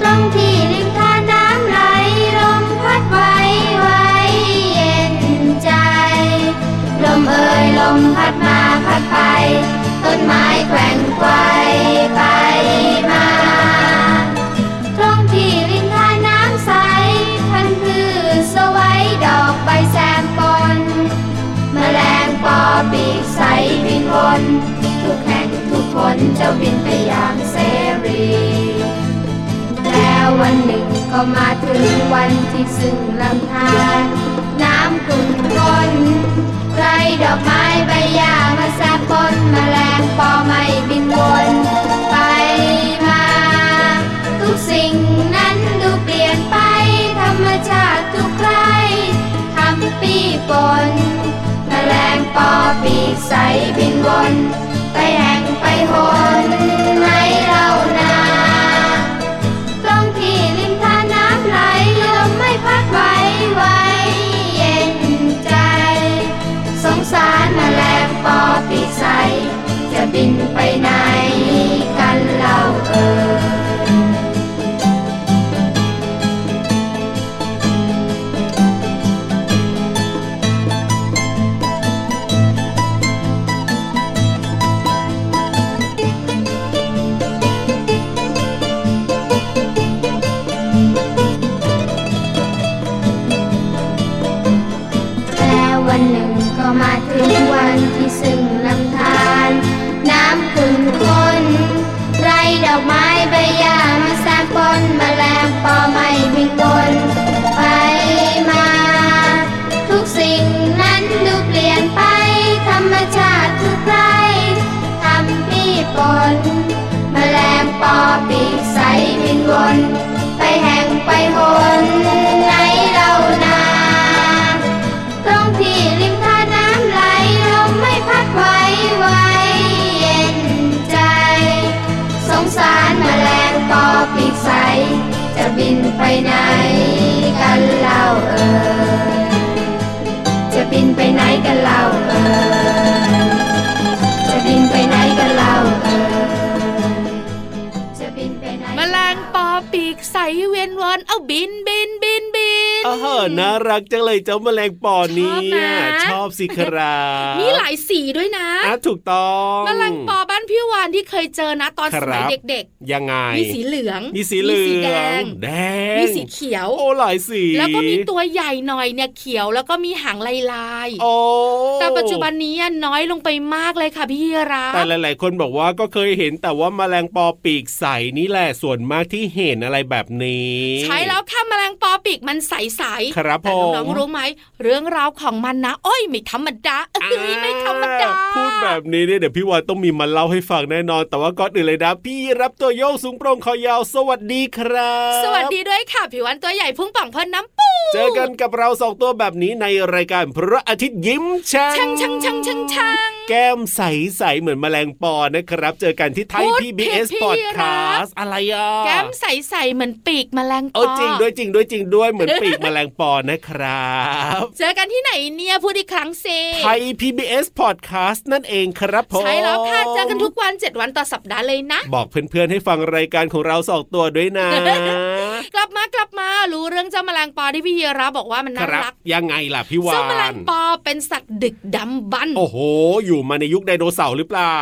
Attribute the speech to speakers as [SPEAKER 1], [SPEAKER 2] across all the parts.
[SPEAKER 1] ตรงที่ริมทานน้ำไหลลมพัดไหวไหวเย็นใจ ลมเอ่ยลมพัดมาพัดไป ต้นไม้แกว่งไกวไปมา ตรงที่ริมทานน้ำใสพันธุ์พืชสวัยดอกใบแซมปน แมลงปอปีกใสบินวน ทุกแห่งทุกคนเจ้าบินไปอย่างเสรี แล้ววันหนึ่งก็มาถึงวันที่ซึ่งลำธารน้ำขุ่นข้นไรดอกไม้ใบหญ้ามาแซมปนแมลงปอไม่บินวนไปมา ทุกสิ่งนั้นดูเปลี่ยนไป ธรรมชาติทุกใครทำปีปนแมลงปอปีกใสบินวน ไปแห่งไปหนในเล่านา ตรงที่ริมทานน้ำไหลลมไม่พัดไหวไหวเย็นใจ สงสารแมลงปอปีกใส จะบินไปไหนกันเล่าเอ่ย แล้ววันหนึ่งก็มาถึงวันที่ซึ่งลำธารน้ำขุ่นข้นไรดอกไม้ใบหญ้ามาแซมปนแมลงปอไม่บินวนไปมา ทุกสิ่งนั้นดูเปลี่ยนไป ธรรมชาติทุกไรทำปีปนแมลงปอปีกใสบินวน ไปแห่งไปหนในเรานา ตรงที่ริมทานน้ำไหลลมไม่พัดไหวไหวเย็นใจ สงสารแมลงปอปีกใส จะบินไปไหนกันเล่าเอ่ยจะบินไปไหนกันเล่าเอ่ยจะบินไปไหนกันเล่าเอ่ยจะบินไปไหน
[SPEAKER 2] แมลงปอปีกใสเวียนวนเอาบินบินบินบิน
[SPEAKER 3] อ๋อน่ารักจังเลยเจ้าแมลงปอ
[SPEAKER 2] ช
[SPEAKER 3] เนี่
[SPEAKER 2] อบนะ
[SPEAKER 3] ยชอบสิครับ
[SPEAKER 2] มีหลายสีด้วยนะ
[SPEAKER 3] อ่ะถูกต้อง
[SPEAKER 2] แมลงปอบ้านพี่วานที่เคยเจอนะตอน
[SPEAKER 3] ค
[SPEAKER 2] ส
[SPEAKER 3] รับ
[SPEAKER 2] มัยเด็ก
[SPEAKER 3] ยังไง
[SPEAKER 2] ๆ มีสีเหลือง
[SPEAKER 3] มีสีเหลื
[SPEAKER 2] มีสีแด
[SPEAKER 3] อง
[SPEAKER 2] ง
[SPEAKER 3] แดง
[SPEAKER 2] มีสีเขียว
[SPEAKER 3] โอ้หลายสี
[SPEAKER 2] แล้วก็มีตัวใหญ่หน่อยเนี่ยเขียวแล้วก็มีหางลายลายๆ
[SPEAKER 3] โอ้
[SPEAKER 2] แต่ปัจจุบันนี้น้อยลงไปมากเลยค่ะพี่รับ
[SPEAKER 3] แต่หลาย ๆ คนบอกว่าก็เคยเห็นแต่ว่าแมลงปอปีกใสนี่แหละส่วนมากที่เห็นอะไรแบบนี้
[SPEAKER 2] ใช้แล้วค่ะแมลงปอปีกมันใส
[SPEAKER 3] ค
[SPEAKER 2] ๆ
[SPEAKER 3] รับผ
[SPEAKER 2] แต่
[SPEAKER 3] ม
[SPEAKER 2] น้องๆรู้ไหม เรื่องราวของมันนะโอ้อยไม่ธรรมดาเอ้ยไม่ธรรมดา
[SPEAKER 3] อ่พูดแบบนี้เนี่ยเดี๋ยวพี่วานต้องมีมาเล่าให้ฟังแน่นอน แต่ว่าก่อนอื่นเลยนะ พี่รับตัวโยกสูงโปร่งคอยาวสวัสดีครับ
[SPEAKER 2] สวัสดีด้วยค่ะผิววันตัวใหญ่พุ่งป่องพอน้ำปู
[SPEAKER 3] เจอกันกับเราสองตัวแบบนี้ในรายการพระอาทิตย์ยิ้มช่าง
[SPEAKER 2] ชังชังชังชังชัง
[SPEAKER 3] แก้มใส ๆ เหมือนแมลงปอนะครับ เจอกันที่ไทย
[SPEAKER 2] พูด
[SPEAKER 3] PBS
[SPEAKER 2] ผิดพี่รับ
[SPEAKER 3] Podcast อะไรอ่ะ
[SPEAKER 2] แก้มใสๆเหมือนปีกแมลงป
[SPEAKER 3] เอ
[SPEAKER 2] อ
[SPEAKER 3] อจริงด้วยจริงด้วยจริงด้วยเหมือนปีกแมลงปอนะครับ
[SPEAKER 2] เจอกันที่ไหนเนี่ยพูดอีกครั้งสิ
[SPEAKER 3] ไทย PBS Podcast นั่นเองครับผม
[SPEAKER 2] ใช่แล้วค่ะเจอกันทุกวัน 7 วันต่อสัปดาห์เลยนะ
[SPEAKER 3] บอกเพื่อนๆ ให้ฟังรายการของเราสองตัวด้วยนะ
[SPEAKER 2] กลับมากลับมารู้เรื่องเจ้าแมลงปอที่พี่เยรับบอกว่ามัน
[SPEAKER 3] ค
[SPEAKER 2] น่า
[SPEAKER 3] รับ
[SPEAKER 2] รัก
[SPEAKER 3] ยังไงล่ะพี่วา
[SPEAKER 2] เจ้าแมลง
[SPEAKER 3] น
[SPEAKER 2] ปอเป็นสัตว์ดึกดำบรรพ์
[SPEAKER 3] โอ้โห อยู่มาในยุคไดโนเสาร์หรือเปล่า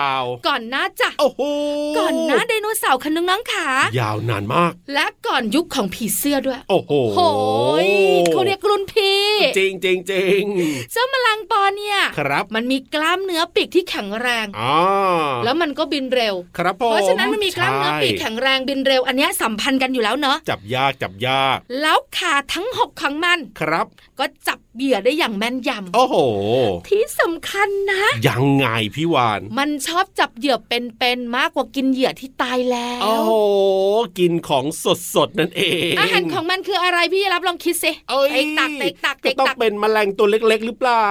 [SPEAKER 2] ก่อนหน้าจ้ะ
[SPEAKER 3] โอ้โห
[SPEAKER 2] ก่อนหน้าไดโนเสาร์คันนึงน้องขาย
[SPEAKER 3] าวนานมาก
[SPEAKER 2] และก่อนยุคของผีเสื้อด้วย
[SPEAKER 3] โอ้โห
[SPEAKER 2] โหยเขาเรียกรุ่นพี่
[SPEAKER 3] จริงจริงจริง
[SPEAKER 2] เจ้าแมลังปอเนี่ย
[SPEAKER 3] ครับ
[SPEAKER 2] มันมีกล้ามเนื้อปีกที่แข็งแรง
[SPEAKER 3] อ๋อ
[SPEAKER 2] แล้วมันก็บินเร็ว
[SPEAKER 3] ครับผม
[SPEAKER 2] เพราะฉะนั้นมันมีกล้ามเนื้อปีก
[SPEAKER 3] ใช่
[SPEAKER 2] แข็งแรงบินเร็ว อันเนี้ยสัมพันธ์กันอยู่แล้วเนอะ
[SPEAKER 3] จับยากจับยาก
[SPEAKER 2] แล้วขาทั้งหกของมัน
[SPEAKER 3] ครับ
[SPEAKER 2] ก็จับเหยื่อได้อย่างแม่นยำ
[SPEAKER 3] โอ้โห
[SPEAKER 2] ที่สำคัญนะ
[SPEAKER 3] ยัง ยังไงพี่วาน
[SPEAKER 2] มันชอบจับเหยื่อเป็นๆมากกว่ากินเหยื่อที่ตายแล้ว
[SPEAKER 3] โอ้โหกินของสดสดๆนั่นเอง
[SPEAKER 2] อาหารของมันคืออะไรพี่รับลองคิดสิ
[SPEAKER 3] เอ้ย
[SPEAKER 2] เต็กตักเต็กตัก
[SPEAKER 3] ก็
[SPEAKER 2] เต็ก
[SPEAKER 3] ต้อง
[SPEAKER 2] ตัก
[SPEAKER 3] เป็นแมลงตัวเล็ก ๆ หรือเปล่า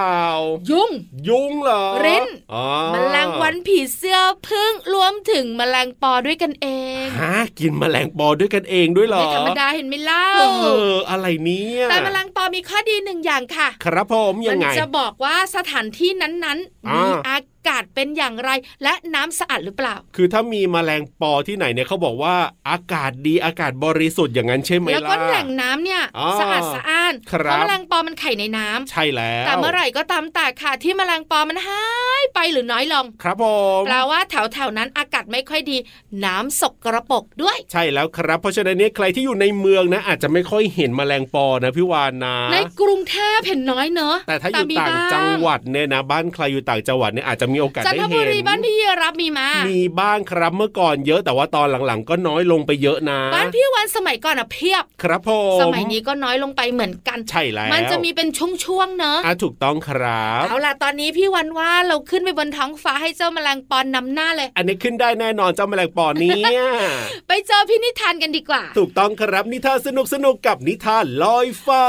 [SPEAKER 2] ยุ่ง
[SPEAKER 3] ยุงเหรอ
[SPEAKER 2] เรน
[SPEAKER 3] อ๋อ
[SPEAKER 2] มแมลงวันผีเสื้อพึ่งรวมถึงแมลงปอด้วยกันเอง
[SPEAKER 3] ฮะกินแมลงปอด้วยกันเองด้วยเหรอ
[SPEAKER 2] ไม่ธรรมดาเห็นไหมเล่า
[SPEAKER 3] เอออะไรเนี่ย
[SPEAKER 2] แต่แมลงปอมีข้อดีหนึ่งอย่างค่ะ
[SPEAKER 3] ครับผม
[SPEAKER 2] มั
[SPEAKER 3] ยังไง
[SPEAKER 2] จะบอกว่าสถานที่นั้นๆ
[SPEAKER 3] อ่ามี
[SPEAKER 2] มีอากาศเป็นอย่างไร และน้ำสะอาดหรือเปล่า
[SPEAKER 3] คือถ้ามีแมลงปอที่ไหนเนี่ยเขาบอกว่าอากาศดีอากาศบริสุทธิ์อย่างนั้นใช่ไหม
[SPEAKER 2] แล้วก็
[SPEAKER 3] ล่ะ
[SPEAKER 2] แหล่งน้ำเนี่ย
[SPEAKER 3] อ่า
[SPEAKER 2] สะอาดสะอ้าน
[SPEAKER 3] ครั
[SPEAKER 2] เพ
[SPEAKER 3] บ
[SPEAKER 2] ราะแมลงปอมันไข่ในน้ำ
[SPEAKER 3] ใช่แล้ว
[SPEAKER 2] แต่เมื่อไหร่ก็ตามแต่ค่ะที่แมลงปอมันหายไปหรือน้อยลง
[SPEAKER 3] ครับผม
[SPEAKER 2] แปลว่าแถวแถวๆนั้นอากาศไม่ค่อยดี น้ำสกระปรกด้วย
[SPEAKER 3] ใช่แล้วครับ เพราะฉะนั้นเนี่ยใครที่อยู่ในเมืองนะ อาจจะไม่ค่อยเห็นแมลงปอนะพี่วานนะ
[SPEAKER 2] ในกรุงเทพเห็นน้อยเนอะ
[SPEAKER 3] แต่ถ้าอยู่
[SPEAKER 2] มี
[SPEAKER 3] ต่าง
[SPEAKER 2] บ้
[SPEAKER 3] จังหวัดเนี่ยนะ บ้านใครอยู่ต่างจังหวัดเนี่ยอาจจะมีโอกาส
[SPEAKER 2] จัน
[SPEAKER 3] ได้
[SPEAKER 2] ทบุ
[SPEAKER 3] เห็น
[SPEAKER 2] รีบ้านพี่รับมีมา
[SPEAKER 3] มีบ้างครับเมื่อก่อนเยอะแต่ว่าตอนหลังๆ ก็น้อยลงไปเยอะนะ
[SPEAKER 2] บ้านพี่วันสมัยก่อนอะเพียบ
[SPEAKER 3] ครับผม
[SPEAKER 2] สมัยนี้ก็น้อยลงไปเหมือนกัน
[SPEAKER 3] ใช่แล้ว
[SPEAKER 2] มันจะมีเป็นช่วงๆ เนอะ
[SPEAKER 3] อ่ะถูกต้องครับ
[SPEAKER 2] เอาล่ะตอนนี้พี่วันว่าเราขึ้นไปบนท้องฟ้าให้เจ้าแมลงปอนนำหน้าเลย
[SPEAKER 3] อันนี้ขึ้นได้แน่นอนเจ้าแมลงปอเนี่ย
[SPEAKER 2] ไปเจอพี่นิทานกันดีกว่า
[SPEAKER 3] ถูกต้องครับนิทานสนุกสนุกๆกับนิทานลอยฟ้า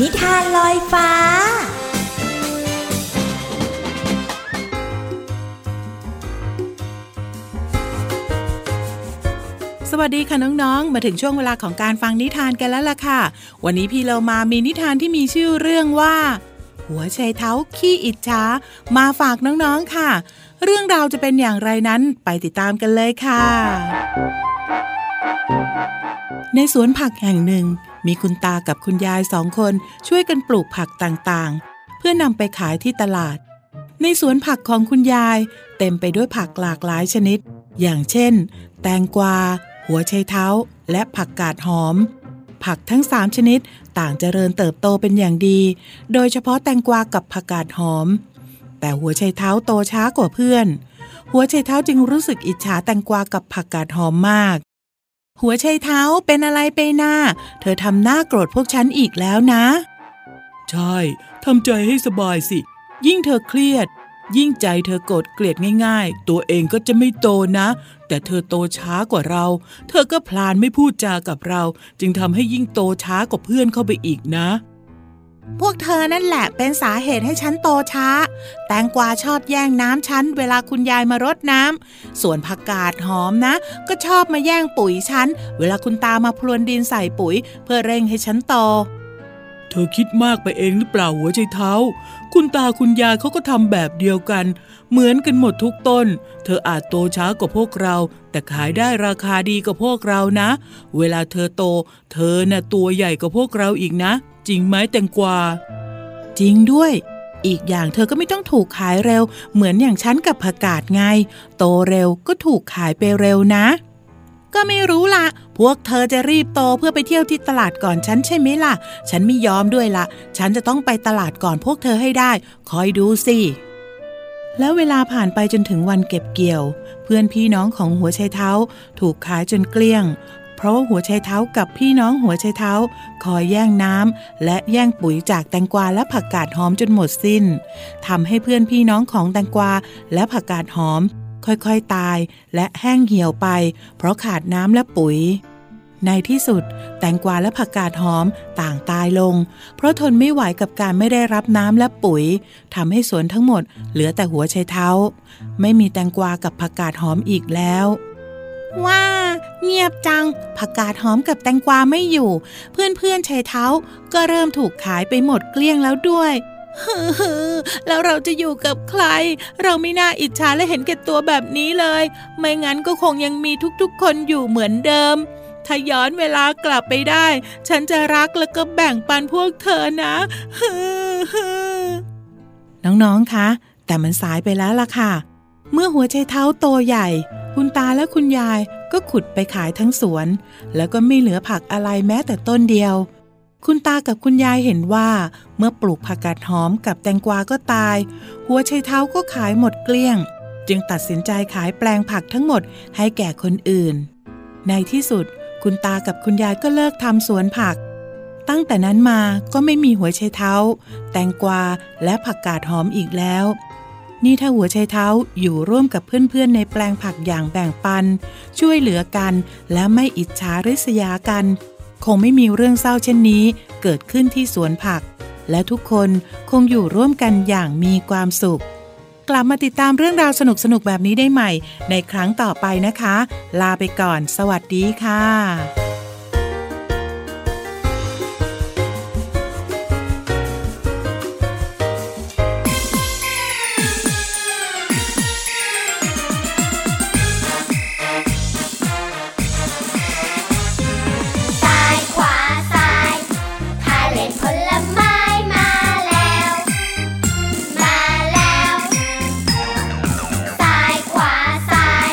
[SPEAKER 4] นิทานลอยฟ้า
[SPEAKER 5] สวัสดีค่ะน้องๆ มาถึงช่วงเวลาของการฟังนิทานกันแล้วล่ะค่ะ วันนี้พี่เรามามีนิทานที่มีชื่อเรื่องว่า หัวไชเท้าขี้อิจฉามาฝากน้องๆค่ะ เรื่องราวจะเป็นอย่างไรนั้นไปติดตามกันเลยค่ะ ในสวนผักแห่งหนึ่ง มีคุณตากับคุณยายสองคนช่วยกันปลูกผักต่างๆ เพื่อนำไปขายที่ตลาด ในสวนผักของคุณยายเต็มไปด้วยผักหลากหลายชนิด อย่างเช่น แตงกวา หัวไชเท้า และผักกาดหอม ผักทั้ง 3 ชนิดต่างเจริญเติบโตเป็นอย่างดี โดยเฉพาะแตงกวากับผักกาดหอม แต่หัวไชเท้าโตช้ากว่าเพื่อน หัวไชเท้าจึงรู้สึกอิจฉาแตงกวากับผักกาดหอมมาก หัวไชเท้าเป็นอะไรไปหน้า เธอทำหน้าโกรธพวกฉันอีกแล้วนะ ใช่ทำใจให้สบายสิ ยิ่งเธอเครียด ยิ่งใจเธอโกรธเกลียดง่ายๆ ตัวเองก็จะไม่โตนะ แต่เธอโตช้ากว่าเรา เธอก็พลานไม่พูดจากับเรา จึงทำให้ยิ่งโตช้ากว่าเพื่อนเข้าไปอีกนะ
[SPEAKER 4] พวกเธอนั่นแหละเป็นสาเหตุให้ฉันโตช้า แตงกวาชอบแย่งน้ำฉันเวลาคุณยายมารดน้ำ ส่วนผักกาดหอมนะ ก็ชอบมาแย่งปุ๋ยฉัน เวลาคุณตามาพรวนดินใส่ปุ๋ย เพื่อเร่งให้ฉันโต
[SPEAKER 5] เธอคิดมากไปเองหรือเปล่าหัวใจเท้า คุณตาคุณยายเขาก็ทำแบบเดียวกัน เหมือนกันหมดทุกต้น เธออาจโตช้ากว่าพวกเรา แต่ขายได้ราคาดีกว่าพวกเรานะ เวลาเธอโต เธอน่ะตัวใหญ่กว่าพวกเราอีกนะ จริงไหมแตงกวา
[SPEAKER 4] จริงด้วย อีกอย่างเธอก็ไม่ต้องถูกขายเร็ว เหมือนอย่างฉันกับผักกาดไง โตเร็วก็ถูกขายไปเร็วนะ ก็ไม่รู้ละ พวกเธอจะรีบโตเพื่อไปเที่ยวที่ตลาดก่อนฉันใช่ไหมล่ะ ฉันไม่ยอมด้วยละฉันจะต้องไปตลาดก่อนพวกเธอให้ได้ คอยดูสิ
[SPEAKER 5] แล้วเวลาผ่านไปจนถึงวันเก็บเกี่ยว เพื่อนพี่น้องของหัวไชเท้า ถูกขายจนเกลี้ยง เพราะว่าหัวไชเท้ากับพี่น้องหัวไชเท้า คอยแย่งน้ำและแย่งปุ๋ยจากแตงกวาและผักกาดหอมจนหมดสิ้นทำให้เพื่อนพี่น้องของแตงกวาและผักกาดหอม ค่อยๆตายและแห้งเหี่ยวไป เพราะขาดน้ำและปุ๋ย ในที่สุด แตงกวาและผักกาดหอมต่างตายลง เพราะทนไม่ไหวกับการไม่ได้รับน้ำและปุ๋ย ทำให้สวนทั้งหมดเหลือแต่หัวไชเท้า ไม่มีแตงกวากับผักกาดหอมอีกแล้ว
[SPEAKER 4] ว้า เงียบจัง ผักกาดหอมกับแตงกวาไม่อยู่ เพื่อนๆชายเท้า ก็เริ่มถูกขายไปหมดเกลี้ยงแล้วด้วยฮึ่มๆ แล้วเราจะอยู่กับใคร เราไม่น่าอิจฉาและเห็นแก่ตัวแบบนี้เลย ไม่งั้นก็คงยังมีทุกๆ คนอยู่เหมือนเดิม ถ้าย้อนเวลากลับไปได้ ฉันจะรักแล้วก็แบ่งปันพวกเธอนะ ฮึ่มๆ
[SPEAKER 5] น้องๆ คะ แต่มันสายไปแล้วล่ะค่ะ เมื่อหัวไชเท้าโตใหญ่ คุณตาและคุณยายก็ขุดไปขายทั้งสวน แล้วก็ไม่เหลือผักอะไรแม้แต่ต้นเดียว คุณตากับคุณยายเห็นว่า เมื่อปลูกผักกาดหอมกับแตงกวาก็ตาย หัวไชเท้าก็ขายหมดเกลี้ยง จึงตัดสินใจขายแปลงผักทั้งหมดให้แก่คนอื่น ในที่สุด คุณตากับคุณยายก็เลิกทำสวนผัก ตั้งแต่นั้นมาก็ไม่มีหัวไชเท้า แตงกวาและผักกาดหอมอีกแล้ว นี่ถ้าหัวไชเท้าอยู่ร่วมกับเพื่อนๆในแปลงผักอย่างแบ่งปัน ช่วยเหลือกันและไม่อิจฉาริษยากัน คงไม่มีเรื่องเศร้าเช่นนี้ เกิดขึ้นที่สวนผัก และทุกคนคงอยู่ร่วมกันอย่างมีความสุข กลับมาติดตามเรื่องราวสนุกๆแบบนี้ได้ใหม่ ในครั้งต่อไปนะคะ ลาไปก่อน สวัสดีค่ะ
[SPEAKER 1] ซ้ายขวาซ้ายพาเล่นผลไม้มาแล้ว มาแล้วซ้ายขวาซ้าย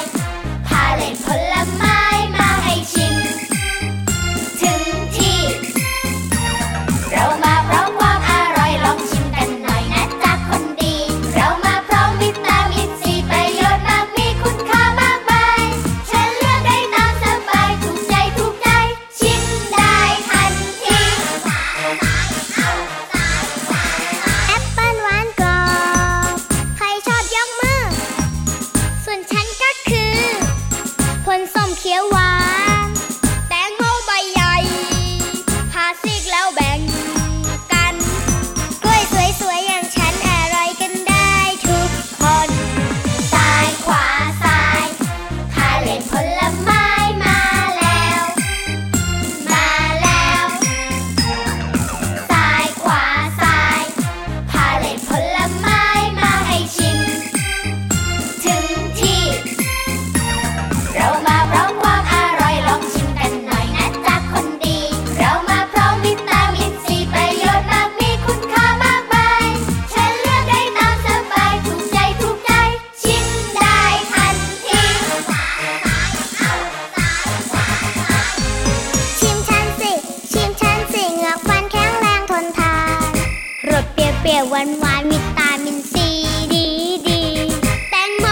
[SPEAKER 1] พาเล่นผลไม้มาให้ชิม ถึงที่ เรามาพร้อมความอร่อยลองชิมกันหน่อยนะจ๊ะคนดี เรามาพร้อมวิตามินซีประโยชน์มากมีคุณค่ามากมายฉันเลือกได้ตามสบายถูกใจถูกใจ ชิมได้ทันที
[SPEAKER 6] แอปเปิ้ลหวานกรอบ ใครชอบยกมือ ส่วนฉันก็คือผลส้มเขียวหวาน แตงโมใบใหญ่ พาซีกแล้วแบ่งกัน กล้วยสวย ๆ อย่างฉันอร่อยกันได้ทุกคน
[SPEAKER 1] ซ้ายขวาซ้ายพาเล่นผลไม้มาแล้ว มาแล้วซ้ายขวาซ้ายพาเล่นผลไม้มาให้ชิม ถึงที่ เรามาพร้อมความอร่อยลองชิมกันหน่อยนะจ๊ะคนดี เรามาพร้อมวิตามินซีประโยชน์มากมีคุณค่ามากมายฉันเลือกได้ตามสบายถูกใจถูกใจ ชิมได้ทันที
[SPEAKER 6] ชิมฉันสิ ชิมฉันสิเหงือกฟันแข็งแรงทนทานรสเปรี้ยวๆหวานหวานๆวิตามินซีดีดีๆแตงโม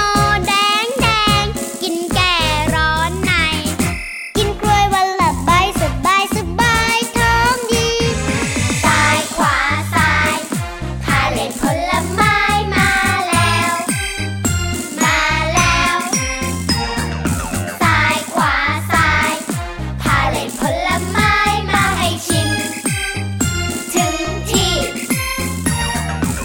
[SPEAKER 6] แดงแดงๆกินแก่ร้อนใน กินกล้วยวันละใบสบายสบายท้องดี
[SPEAKER 1] ซ้ายขวาซ้ายพาเล่นผลไม้มาแล้ว มาแล้วซ้ายขวาซ้ายพาเล่นผลไม้มาให้ชิม ถึงที่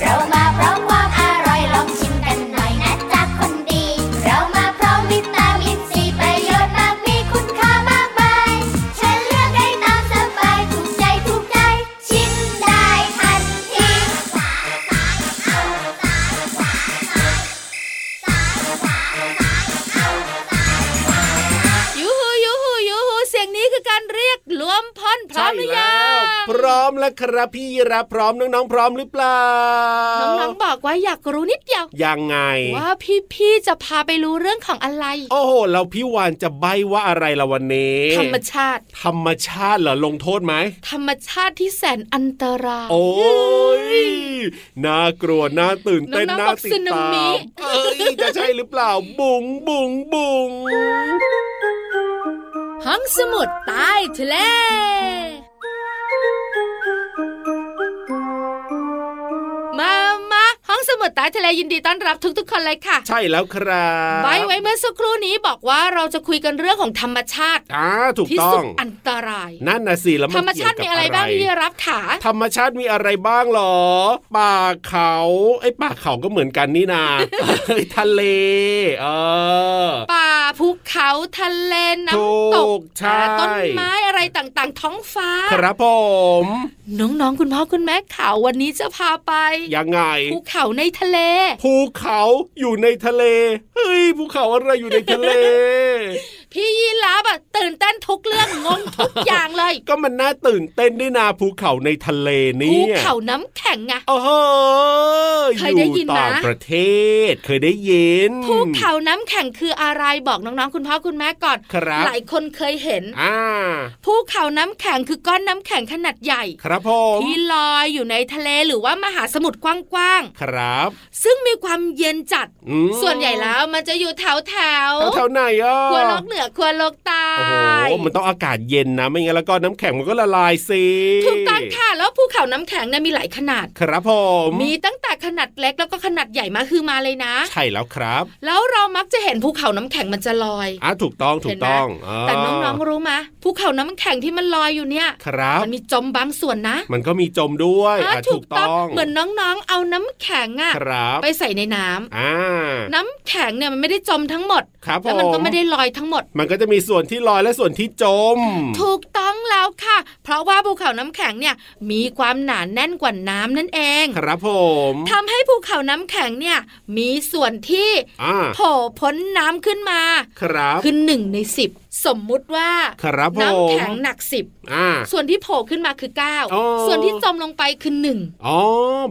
[SPEAKER 1] เรามาพร้อมความอร่อยลองชิมกันหน่อยนะจ๊ะคนดี เรามาพร้อมวิตามินซีประโยชน์มากมีคุณค่ามากมายฉันเลือกได้ตามสบายถูกใจถูกใจ ชิมได้ทันที
[SPEAKER 2] ยูฮูยูฮูยูฮูเสียงนี้คือการเรียกรวมพลพร้อมหรือยั
[SPEAKER 3] ใช่แล้ว
[SPEAKER 2] ง
[SPEAKER 3] พร้อมแล้วครับพี่รับพร้อมน้องๆพร้อมหรือเปล่า
[SPEAKER 2] น้องๆบอกว่าอยากรู้นิดเดียว
[SPEAKER 3] ยังไง
[SPEAKER 2] ว่าพี่ๆจะพาไปรู้เรื่องของอะไร
[SPEAKER 3] โอ้โหแล้วพี่วานจะใบว่าอะไรละวันนี้
[SPEAKER 2] ธรรมชาติ
[SPEAKER 3] ธรรมชาติเหรอลงโทษไหม
[SPEAKER 2] ธรรมชาติที่แสนอันตราย
[SPEAKER 3] โอ้ยน่ากลัวน่าตื่นเต้น
[SPEAKER 2] น้
[SPEAKER 3] น่า
[SPEAKER 2] องๆบอก
[SPEAKER 3] ติด
[SPEAKER 2] สึนา
[SPEAKER 3] ตา
[SPEAKER 2] มิ
[SPEAKER 3] มเอ้ยจะใช่หรือเปล่า บุ๋งบุ๋งบุ๋ง
[SPEAKER 2] ห้องสมุดใต้ทะเล มามาห้องสมุดใต้ทะเลยินดีต้อนรับทุกๆคนเลยค่ะ
[SPEAKER 3] ใช่แล้วครับ
[SPEAKER 2] ไว้ไว้เมื่อสักครู่นี้บอกว่าเราจะคุยกันเรื่องของธรรมชาติ
[SPEAKER 3] อ่าถูก
[SPEAKER 2] ที่
[SPEAKER 3] ต้อ
[SPEAKER 2] สุ
[SPEAKER 3] ง
[SPEAKER 2] ดอันตราย
[SPEAKER 3] นั่นนะสิแล้วน
[SPEAKER 2] ธรรมชาติมี
[SPEAKER 3] เกี่ยว
[SPEAKER 2] อะไรบ้าง
[SPEAKER 3] กั
[SPEAKER 2] ที่รับขา
[SPEAKER 3] ธรรมชาติมีอะไรบ้างหรอ ป่าเขาไอ้ยป่าเขาก็เหมือนกันนี่ นา เอ้ยทะเล เออ
[SPEAKER 2] ป่าภูเขาทะเลน้ำต
[SPEAKER 3] ถู
[SPEAKER 2] ก
[SPEAKER 3] กใช่
[SPEAKER 2] อ่าต้นไม้อะไรต่างๆ ท้องฟ้า
[SPEAKER 3] ครับผม
[SPEAKER 2] น้องๆ คุณพ่อคุณแม่ข่าววันนี้จะพาไป
[SPEAKER 3] ยังไง
[SPEAKER 2] ภูเขาในทะเล
[SPEAKER 3] ภูเขาอยู่ในทะเล เฮ้ยภูเขาอะไรอยู่ในทะ เล
[SPEAKER 2] พี่ยีราฟอะตื่นเต้นทุกเรื่อง งงทุกอย่างเลย
[SPEAKER 3] ก็มันน่าตื่นเต้นด้วยนาภูเขาในทะเล
[SPEAKER 2] ภู
[SPEAKER 3] เนี่ย
[SPEAKER 2] เขาน้ำแข็งอะ
[SPEAKER 3] โอ้โห
[SPEAKER 2] เคยได้ยินนะ
[SPEAKER 3] ต่างประเทศ เคยได้ยิน
[SPEAKER 2] ภูเขาน้ำแข็งคืออะไรบอกน้องๆ คุณพ่อคุณแม่ก่อน
[SPEAKER 3] ครับ
[SPEAKER 2] หลายคนเคยเห็น
[SPEAKER 3] อ่า
[SPEAKER 2] ภูเขาน้ำแข็งคือก้อนน้ำแข็งขนาดใหญ่
[SPEAKER 3] ครับผม
[SPEAKER 2] ที่ลอยอยู่ในทะเลหรือว่ามหาสมุทรกว้าง
[SPEAKER 3] ครับ
[SPEAKER 2] ๆ ซึ่งมีความเย็นจัด
[SPEAKER 3] อืม
[SPEAKER 2] ส่วนใหญ่แล้วมันจะอยู่แถวแถว
[SPEAKER 3] แถวๆไหนอ่ะ
[SPEAKER 2] ขั้วโลกเหนื นือขั้วโลกใต้
[SPEAKER 3] โอ้โหมันต้องอากาศเย็นนะ ไม่งั้นแล้วก็น้ำแข็งมันก็ละลายสิ
[SPEAKER 2] ถูกต้องค่ะแล้วภูเขาน้ำแข็งเนี่ยมีหลายขนาด
[SPEAKER 3] ครับผม
[SPEAKER 2] มีตั้งแต่ขนาดเล็กแล้วก็ขนาดใหญ่มาคือมาเลยนะ
[SPEAKER 3] ใช่แล้วครับ
[SPEAKER 2] แล้วเรามักจะเห็นภูเขาน้ำแข็งมันจะลอย
[SPEAKER 3] อ่ะถูกต้องถูกต้องา
[SPEAKER 2] แต่น้องๆรู้ไหมภูเขาน้ำแข็งที่มันลอยอยู่เนี่ย
[SPEAKER 3] ครับ
[SPEAKER 2] มันมีจมบางส่วนนะ
[SPEAKER 3] มันก็มีจมด้วย
[SPEAKER 2] อ่ะ
[SPEAKER 3] อ่ะถูกต้อง
[SPEAKER 2] เหมือนน้องๆ เอาน้ำแข็งอะ
[SPEAKER 3] ครับ
[SPEAKER 2] ไปใส่ในน้ำ
[SPEAKER 3] อ่า
[SPEAKER 2] น้ำแข็งเนี่ยมันไม่ได้จมทั้งหมด
[SPEAKER 3] ครับผ
[SPEAKER 2] แล้ว
[SPEAKER 3] ม
[SPEAKER 2] มันก็ไม่ได้ลอยทั้งหมด
[SPEAKER 3] มันก็จะมีส่วนที่ลอยและส่วนที่จม
[SPEAKER 2] ถูกต้องแล้วค่ะ เพราะว่าภูเขาน้ำแข็งเนี่ยมีความหนานแน่นกว่าน้ำนั่นเอง
[SPEAKER 3] ครับผม
[SPEAKER 2] ทำให้ภูเขาน้ำแข็งเนี่ยมีส่วนที่
[SPEAKER 3] อ่า
[SPEAKER 2] โผล่พ้นน้ำขึ้นมา
[SPEAKER 3] ครับ
[SPEAKER 2] คือหนึ่งในสิบสมมุติว่า
[SPEAKER 3] ครับผม
[SPEAKER 2] น้ำแข็งหนักสิบ
[SPEAKER 3] อ่า
[SPEAKER 2] ส่วนที่โผล่ขึ้นมาคือเก้า
[SPEAKER 3] อ๋อ
[SPEAKER 2] ส่วนที่จมลงไปคือหนึ่ง
[SPEAKER 3] อ๋อ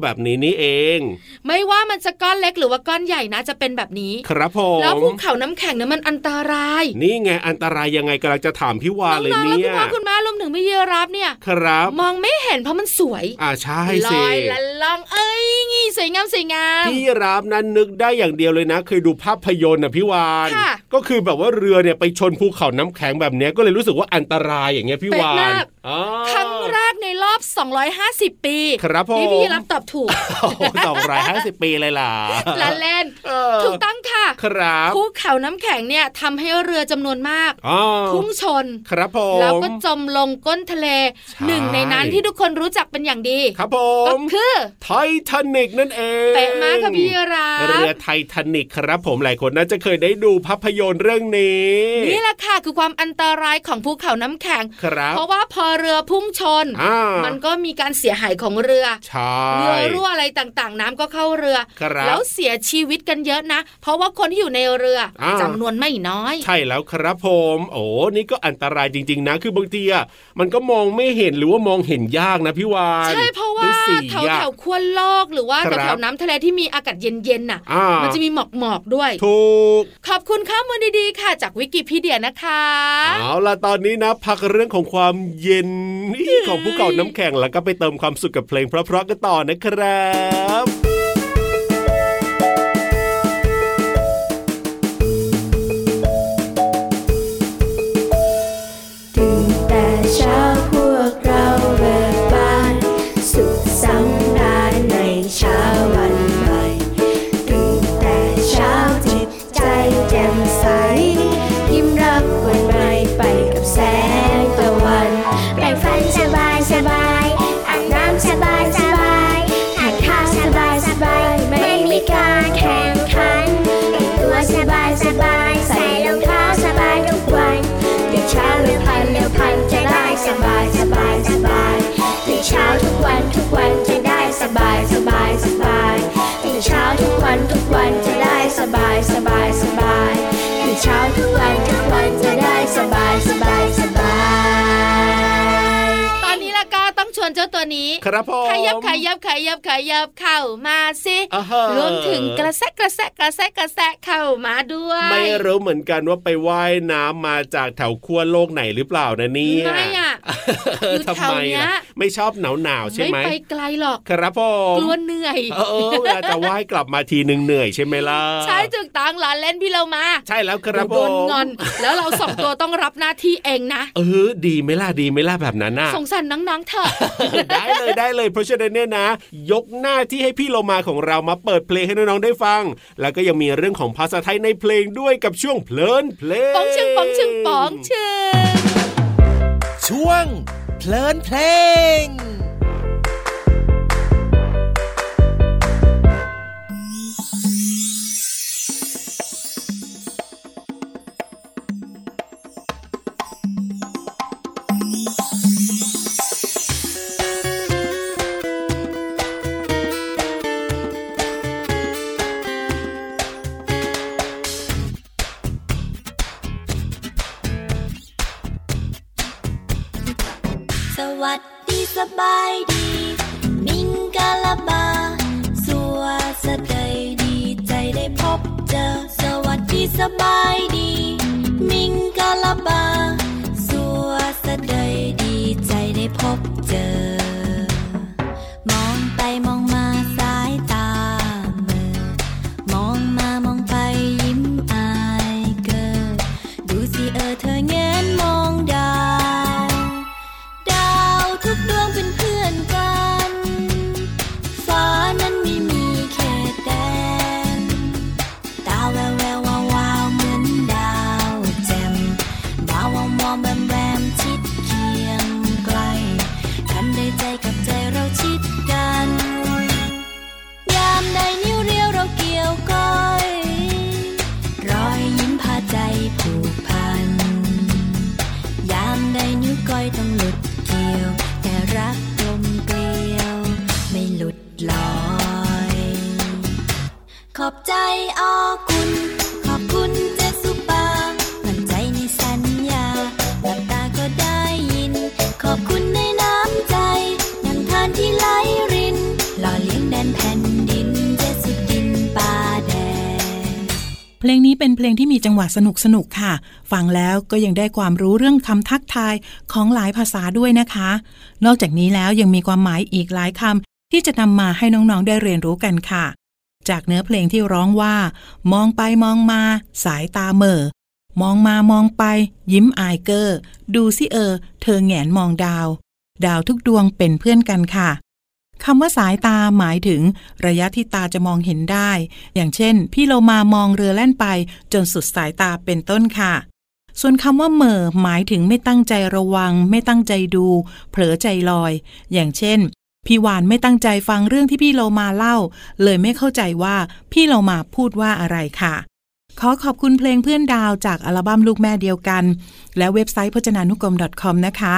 [SPEAKER 3] แบบนี้นี่เอง
[SPEAKER 2] ไม่ว่ามันจะก้อนเล็กหรือว่าก้อนใหญ่นะจะเป็นแบบนี้
[SPEAKER 3] ครับผ
[SPEAKER 2] แล้ว
[SPEAKER 3] ม
[SPEAKER 2] ภูเขาน้ำแข็งเนี่ยมันอันตราย
[SPEAKER 3] นี่ไงอันตรายยังไงกำลังจะถามพี่วา
[SPEAKER 2] น้
[SPEAKER 3] เลย
[SPEAKER 2] องๆและคุ
[SPEAKER 3] เนี่ย
[SPEAKER 2] ณพ่อคุณแม่รวมถึงพี่เยรับเนี่ย
[SPEAKER 3] ครับ
[SPEAKER 2] มองไม่เห็นเพราะมันสวย
[SPEAKER 3] อ่าใช่
[SPEAKER 2] ล
[SPEAKER 3] สิ
[SPEAKER 2] อยละล่องเอ้ยงี้สวยงามสวยงาม
[SPEAKER 3] พี่รับนั้นนึกได้อย่างเดียวเลยนะ เคยดูภาพยนตร์นะพี่วาน
[SPEAKER 2] ค่ะ
[SPEAKER 3] ก็คือแบบว่าเรือเนี่ยไปชนภูเขาน้ำแข็งแบบเนี้ยก็เลยรู้สึกว่าอันตรายอย่างเงี้ยพี่วานอ๋อ
[SPEAKER 2] ครั้งแรกในรอบ 250 ปี
[SPEAKER 3] ครับผม
[SPEAKER 2] ที่พี่รับตอบถูก
[SPEAKER 3] สองร้อยห้าสิบปีเลยล่ะ
[SPEAKER 2] ละเล่น
[SPEAKER 3] เออ
[SPEAKER 2] ถูกต้องค่ะ
[SPEAKER 3] ครับ
[SPEAKER 2] ภูเขาน้ำแข็งเนี่ยทำให้เรือจำนวนมาก
[SPEAKER 3] อ๋อ
[SPEAKER 2] พุ่งชน
[SPEAKER 3] ครับผม
[SPEAKER 2] แล้วก็จมลงก้นทะเล
[SPEAKER 3] ใช่
[SPEAKER 2] หนึ่งในนั้นที่ทุกคนรู้จักเป็นอย่างดี
[SPEAKER 3] ครับผ
[SPEAKER 2] ก็
[SPEAKER 3] ม
[SPEAKER 2] คือ
[SPEAKER 3] ไททานิกนั่นเอง
[SPEAKER 2] เป๊ะมากค่ะพี่รับ
[SPEAKER 3] เรือไททานิกครับผมหลายคนน่าจะเคยได้ดูภาพยนตร์เรื่องนี้
[SPEAKER 2] นี่แหละค่ะคือความอันตรายของภูเขาน้ำแข็ง
[SPEAKER 3] ครับ
[SPEAKER 2] เพราะว่าพอเรือพุ่งชน
[SPEAKER 3] อ่า
[SPEAKER 2] มันก็มีการเสียหายของเรือ
[SPEAKER 3] ใช่
[SPEAKER 2] เรือรั่วอะไรต่างๆ น้ำก็เข้าเรือ
[SPEAKER 3] ครับ
[SPEAKER 2] แล้วเสียชีวิตกันเยอะนะ เพราะว่าคนที่อยู่ในเรืออา จำนวนไม่น้อย
[SPEAKER 3] ใช่แล้วครับผม โอ้นี่ก็อันตรายจริง ๆ นะ คือบางทีอ่ะมันก็มองไม่เห็นหรือว่ามองเห็นยากนะพี่วาน
[SPEAKER 2] ใช่เพราะว่า
[SPEAKER 3] ด้วยสี
[SPEAKER 2] แถว
[SPEAKER 3] อะ
[SPEAKER 2] แถวๆขั้วโลกหรือว่า
[SPEAKER 3] ค
[SPEAKER 2] แถว
[SPEAKER 3] รับ
[SPEAKER 2] แถวๆน้ำทะเลที่มีอากาศเย็นๆน่ะ
[SPEAKER 3] อ่า
[SPEAKER 2] มันจะมีหมอกหมอกๆด้วย
[SPEAKER 3] ถูก
[SPEAKER 2] ขอบคุณข้อมูลดีๆค่ะ จากวิกิพีเดียนะคะ
[SPEAKER 3] เอาล่ะตอนนี้นะ พักเรื่องของความเย็นนี่ของภูเขาน้ำแข็งแล้วก็ไปเติมความสุขกับเพลงเพราะๆกันต่อนะครับ
[SPEAKER 1] ตื่นแต่เช้าพวกเราเบิกบาน สุขสังดานในเช้าวันใหม่ ตื่นแต่เช้าจิตใจแจ่มใส ยิ้มรับวันใหม่ไปกับแสงตะวัน
[SPEAKER 6] แปรงฟันสบายสบายอาบน้ำสบายสบายทานข้าวสบายสบาย ไม่มีการแข่งขันแต่งตัวสบายสบายใส่รองเท้าสบายทุกวัน
[SPEAKER 1] ตื่นเช้าเร็วพันเร็วพันจะได้สบายสบายสบายตื่นเช้าทุกวันทุกวันจะได้สบายสบายสบายตื่นเช้าทุกวันทุกวันจะได้สบายสบายสบายตื่นเช้าทุกวันทุกวันจะได้สบายสบายสบาย
[SPEAKER 2] ตอนนี้ละก็ต้องชวนเจ้าตัวนี้
[SPEAKER 3] ครับผม
[SPEAKER 2] ขยับขยับขยับขยับเข้ามาสิ
[SPEAKER 3] อ่าฮะ
[SPEAKER 2] รวมถึงกระแซะกระแซะกระแซะกระแซะเข้ามาด้วย
[SPEAKER 3] ไม่รู้เหมือนกันว่าไปไว่ายน้ำมาจากแถวขั้วโลกไหนหรือเปล่านะเนี่ย
[SPEAKER 2] ไม่อะ อยู่แถว
[SPEAKER 3] ทำไม
[SPEAKER 2] เนี้ย
[SPEAKER 3] อะไม่ชอบหนาวหนาวๆใช่ไหม
[SPEAKER 2] ไม่ไปไกลหรอก
[SPEAKER 3] ครับผ
[SPEAKER 2] ก
[SPEAKER 3] ม
[SPEAKER 2] ลัวเหนื่อย
[SPEAKER 3] เออเออเวลาจะว่ายกลับมาทีหนึ่งเหนื่อยใช่ไหมล่ะ
[SPEAKER 2] ใช่ถูกต้องหลานเล่นพี่เรามา
[SPEAKER 3] ใช่แล้วครับผ
[SPEAKER 2] โดน
[SPEAKER 3] ม
[SPEAKER 2] งอน แล้วเราสองตัวต้องรับหน้าที่เองนะ
[SPEAKER 3] เออดีไหมล่ะดีไหมล่ะแบบนั้นน่ะ
[SPEAKER 2] สงสารน้องๆเถอะ
[SPEAKER 3] ได้เลยได้เลยเพราะฉะนั้นเนี่ยนะ ยกหน้าที่ให้พี่โลมาของเรามาเปิดเพลงให้น้องๆได้ฟัง แล้วก็ยังมีเรื่องของภาษาไทยในเพลงด้วยกับช่วงเพลินเพลง
[SPEAKER 2] ปองชึงปองชึงปองชึง
[SPEAKER 7] ช่วงเพลินเพลง
[SPEAKER 1] สวัสดีสบายดี มิงกาลาบา สัวสะเดยดีใจได้พบเจอ สวัสดีสบายดี มิงกาลาบา สัวสะเดยดีใจได้พบเจอ มองไปมองมาสายตาเหมือ มองมามองไปยิ้มอายเกิด ดูสิเอ่
[SPEAKER 8] ลอย ขอบใจออคุณ ขอบคุณเจสุปามั่นใจในสัญญาหลับตาก็ได้ยิน ขอบคุณในน้ำใจน้ำทานที่ไหลริน หล่อเลี้ยงแดนแผ่นดิน เจสุดินป่าแดง
[SPEAKER 5] เพลงนี้เป็นเพลงที่มีจังหวะสนุกสนุกๆค่ะ ฟังแล้วก็ยังได้ความรู้เรื่องคำทักทายของหลายภาษาด้วยนะคะ นอกจากนี้แล้วยังมีความหมายอีกหลายคำที่จะนำมาให้น้องๆได้เรียนรู้กันค่ะ จากเนื้อเพลงที่ร้องว่า มองไปมองมา สายตาเหม่อ มองมามองไป ยิ้มอายเกอร์ดูสิเออ เธอแหงนมองดาว ดาวทุกดวงเป็นเพื่อนกันค่ะ คำว่าสายตาหมายถึงระยะที่ตาจะมองเห็นได้ อย่างเช่น พี่โลมามองเรือแล่นไป จนสุดสายตาเป็นต้นค่ะ ส่วนคำว่าเหม่อหมายถึงไม่ตั้งใจระวัง ไม่ตั้งใจดู เผลอใจลอย อย่างเช่น พี่หวานไม่ตั้งใจฟังเรื่องที่พี่โลมาเล่า เลยไม่เข้าใจว่าพี่โลมาพูดว่าอะไรค่ะ ขอขอบคุณเพลงเพื่อนดาวจากอัลบั้มลูกแม่เดียวกัน และเว็บไซต์พจนานุกรม .com นะคะ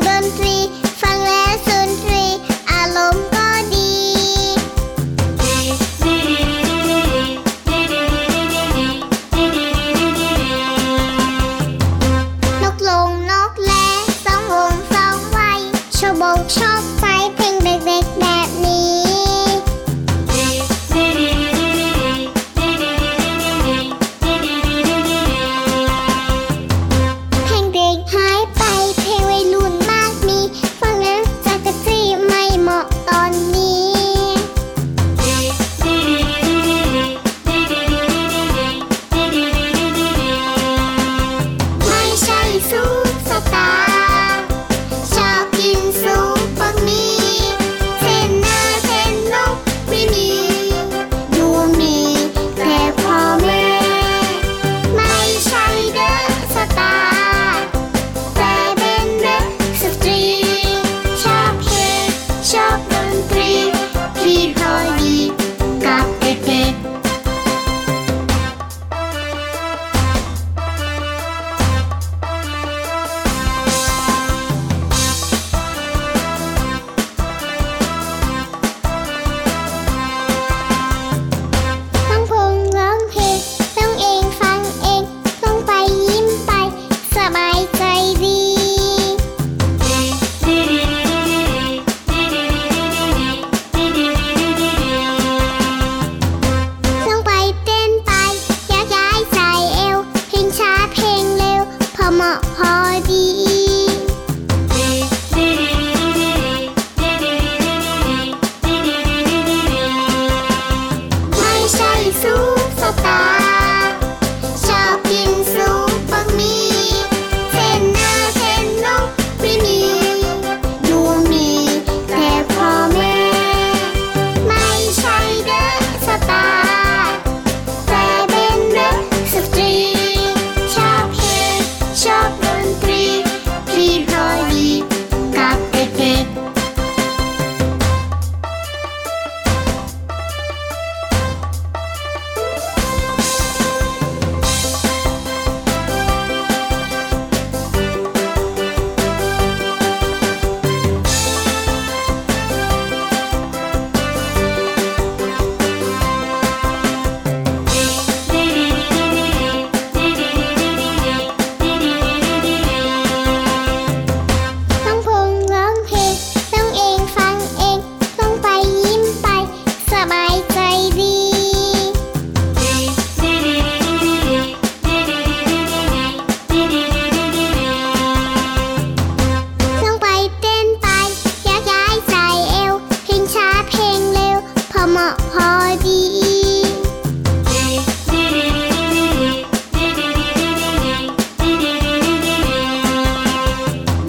[SPEAKER 1] ดนตรี ฟังแล้วสุนทรี อารมณ์ก็ดี นกลงนกแลสองวงสองไวยชอบบกชอบไฟเพลงเด็กๆแบบนี้ เพลงเด็กหายไปเพลงวัยรุ่นมากมี ฟังแล้วจากกะจีไม่เหมาะตอนนี้ ไม่ใช่ซุปสตาร์ชอบกินซุปบะหมี่เส้นหน้าเส้นนกไม่มี ดูมีแต่พ่อแม่ ไม่ใช่เดอะสตาร์แต่เป็นเดอะสตรี ชอบเพลงชอบดนตรีพี่พอดีกับเด็กๆ น้องพงร้องเพลงน้องเองฟังเองลงไปยิ้มไป สบายใจดี ลงไปเต้นไปยกย้ายใส่เอว เพลงช้าเพลงเร็ว พอเหมาะพอดี ไม่ใช่ซุปสตาร์ชอบกินซุปบะหมี่เส้นหน้าเส้นนกไม่มี ดูมีแต่พ่อแม่ ไม่ใช่เดอะสตาร์แต่เป็นเดอะสตรี ชอบเพลงชอบดนตรีพี่พอดีกับเด็กๆ น้องพงร้องเพลงน้องเองฟังเองลงไปยิ้มไป สบายใจดี ลงไปเต้นไปยกย้ายใส่เอว เพลงช้าเพลงเร็ว พอเหมาะพอดี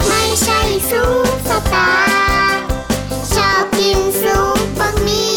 [SPEAKER 1] ไม่ใช่ซุปสตาร์ชอบกินซุปบะหมี่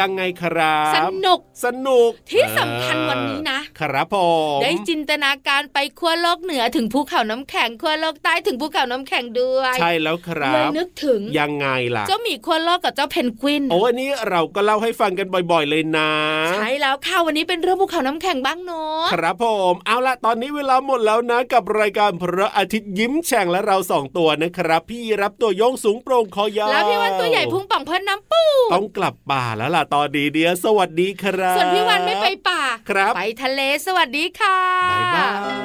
[SPEAKER 3] ยังไงครับ
[SPEAKER 2] สนุก
[SPEAKER 3] สนุก
[SPEAKER 2] ที่สำคัญวันนี้นะ
[SPEAKER 3] ครับผม
[SPEAKER 2] ได้จินตนาการไปขั้วโลกเหนือถึงภูเขาน้ำแข็งขั้วโลกใต้ถึงภูเขาน้ำแข็งด้วย
[SPEAKER 3] ใช่แล้วครั
[SPEAKER 2] เลย
[SPEAKER 3] บ
[SPEAKER 2] นึกถึง
[SPEAKER 3] ยังไงล่ะ
[SPEAKER 2] เจ้าหมีขั้วโลกกับเจ้าเพนกวิน
[SPEAKER 3] โอ้อันนี้เราก็เล่าให้ฟังกันบ่อย ๆ เลยนะ
[SPEAKER 2] ใช่แล้วค่ะวันนี้เป็นเรื่องภูเขาน้ำแข็งบ้างเนาะ
[SPEAKER 3] ครับผม เอาละตอนนี้เวลาหมดแล้วนะกับรายการพระอาทิตย์ยิ้มแฉ่งและเราสองตัวนะครับ พี่รับตัวโยงสูงโปร่งคอยาว
[SPEAKER 2] แล้วพี่วันตัวใหญ่พุงป่องพอนน้ำปู
[SPEAKER 3] ต้องกลับป่าแล้วล่ะตอนดีเดียวสวัสดีครับ
[SPEAKER 2] ส่วนพี่วันไม่ไปป่า
[SPEAKER 3] ครับ
[SPEAKER 2] ไปทะเลสวัสดีค่ะ
[SPEAKER 3] บ๊ายบาย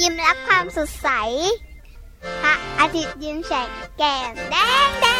[SPEAKER 6] ยิ้มรับความสดใส พระอาทิตย์ยิ้มแฉกแก้มแดงแดง